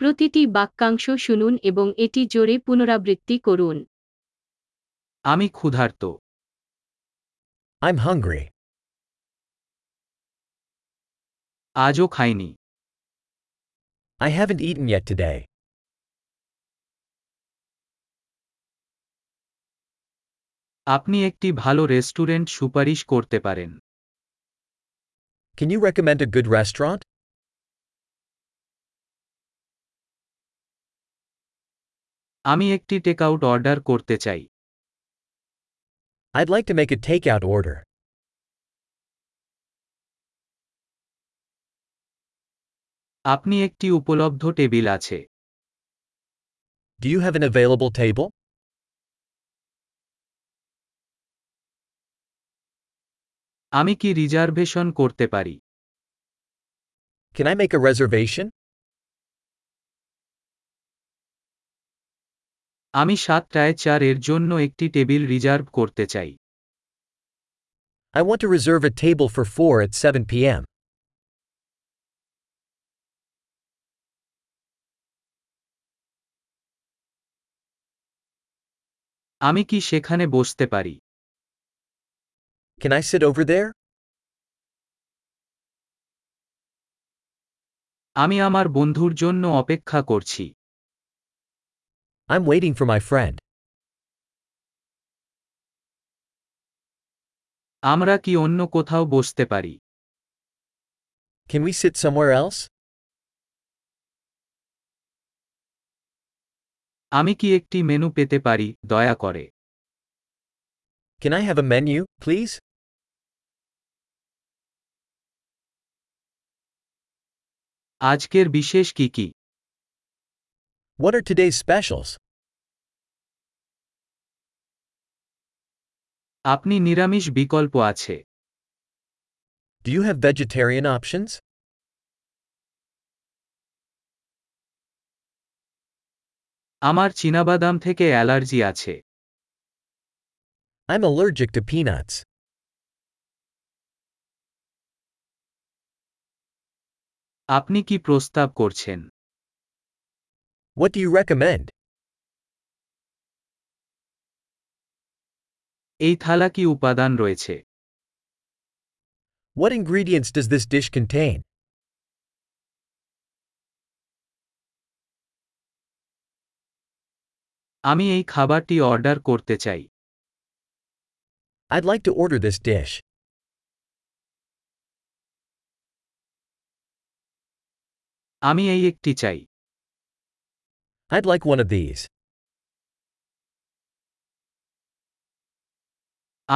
প্রতিটি বাক্যাংশ শুনুন এবং এটি জোরে পুনরাবৃত্তি করুন আমি ক্ষুধার্ত I'm hungry. আজও খাইনি I haven't eaten yet today. আপনি একটি ভালো রেস্টুরেন্ট সুপারিশ করতে পারেন Can you recommend a good restaurant? আমি একটি টেকআউট অর্ডার করতে চাই I'd like to make a takeout order. আপনি একটি উপলব্ধ টেবিল আছে Do you have an available table? আমি কি রিজার্ভেশন করতে পারি Can I make a reservation? আমি সাতটায় চার এর জন্য একটি টেবিল রিজার্ভ করতে চাই I want to reserve a table for 4 at 7 p.m. আমি কি সেখানে বসতে পারি Can I sit over there? আমি আমার বন্ধুর জন্য অপেক্ষা করছি I'm waiting for my friend. আমরা কি অন্য কোথাও বসতে পারি Can we sit somewhere else? আমি কি একটি মেনু পেতে পারি দয়া করে Can I have a menu, please? আজকের বিশেষ কি কি What are today's specials? আপনি নিরামিষ বিকল্প আছে Do you have vegetarian options? আমার চীনাবাদাম থেকে অ্যালার্জি আছে I'm allergic to peanuts. আপনি কি প্রস্তাব করছেন What do you recommend? এই থালা কি উপাদান রয়েছে What ingredients does this dish contain? আমি এই খাবারটি অর্ডার করতে চাই I'd like to order this dish. আমি এই একটি চাই I'd like one of these.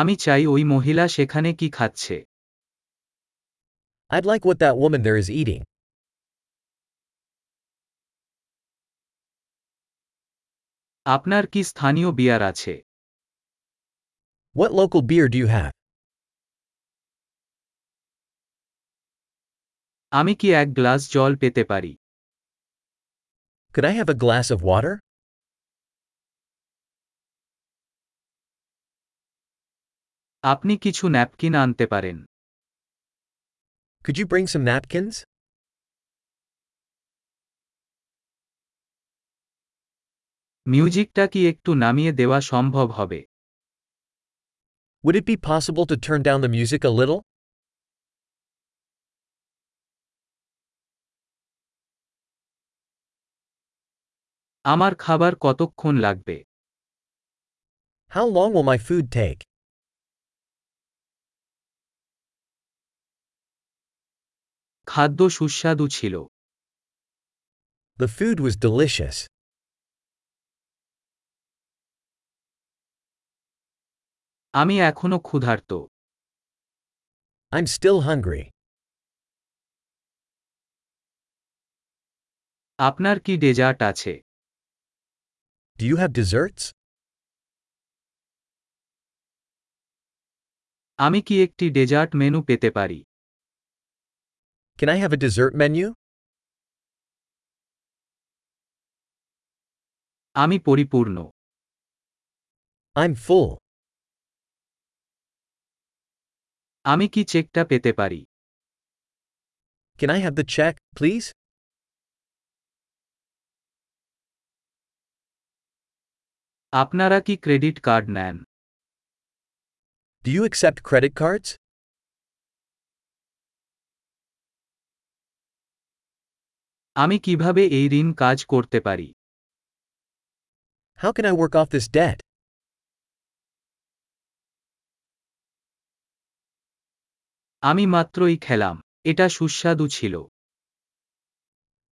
আমি চাই ওই মহিলা সেখানে কি খাচ্ছে I'd like what that woman there is eating. আপনার কি স্থানীয় বিয়ার আছে What local beer do you have? আমি কি এক গ্লাস জল পেতে পারি Could I have a glass of water? আপনি কিছু ন্যাপকিন আনতে পারেন Could you bring some napkins? মিউজিকটা কি একটু নামিয়ে দেওয়া সম্ভব হবে Would it be possible to turn down the music a little? আমার খাবার কতক্ষণ লাগবে How long will my food take? খাদ্য সুস্বাদু ছিল The food was delicious. আমি এখনো ক্ষুধার্ত I'm still hungry. আপনার কি ডেজার্ট আছে Do you have desserts? আমি কি একটি ডেজার্ট মেনু পেতে পারি Can I have a dessert menu? আমি পরিপূর্ণ I'm full. আমি কি চেকটা পেতে পারি Can I have the check, please? আপনারা কি ক্রেডিট কার্ড নেন Do you accept credit cards? আমি কিভাবে এই ঋণ কাজ করতে পারি How can I work off this debt? আমি মাত্রই খেলাম এটা সুস্বাদু ছিল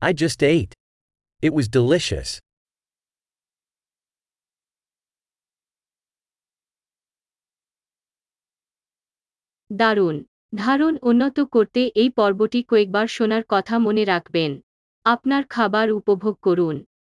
I just ate. It was delicious. দারুণ ধারণ উন্নত করতে এই পর্বটি কয়েকবার শোনার কথা মনে রাখবেন আপনার খাবার উপভোগ করুন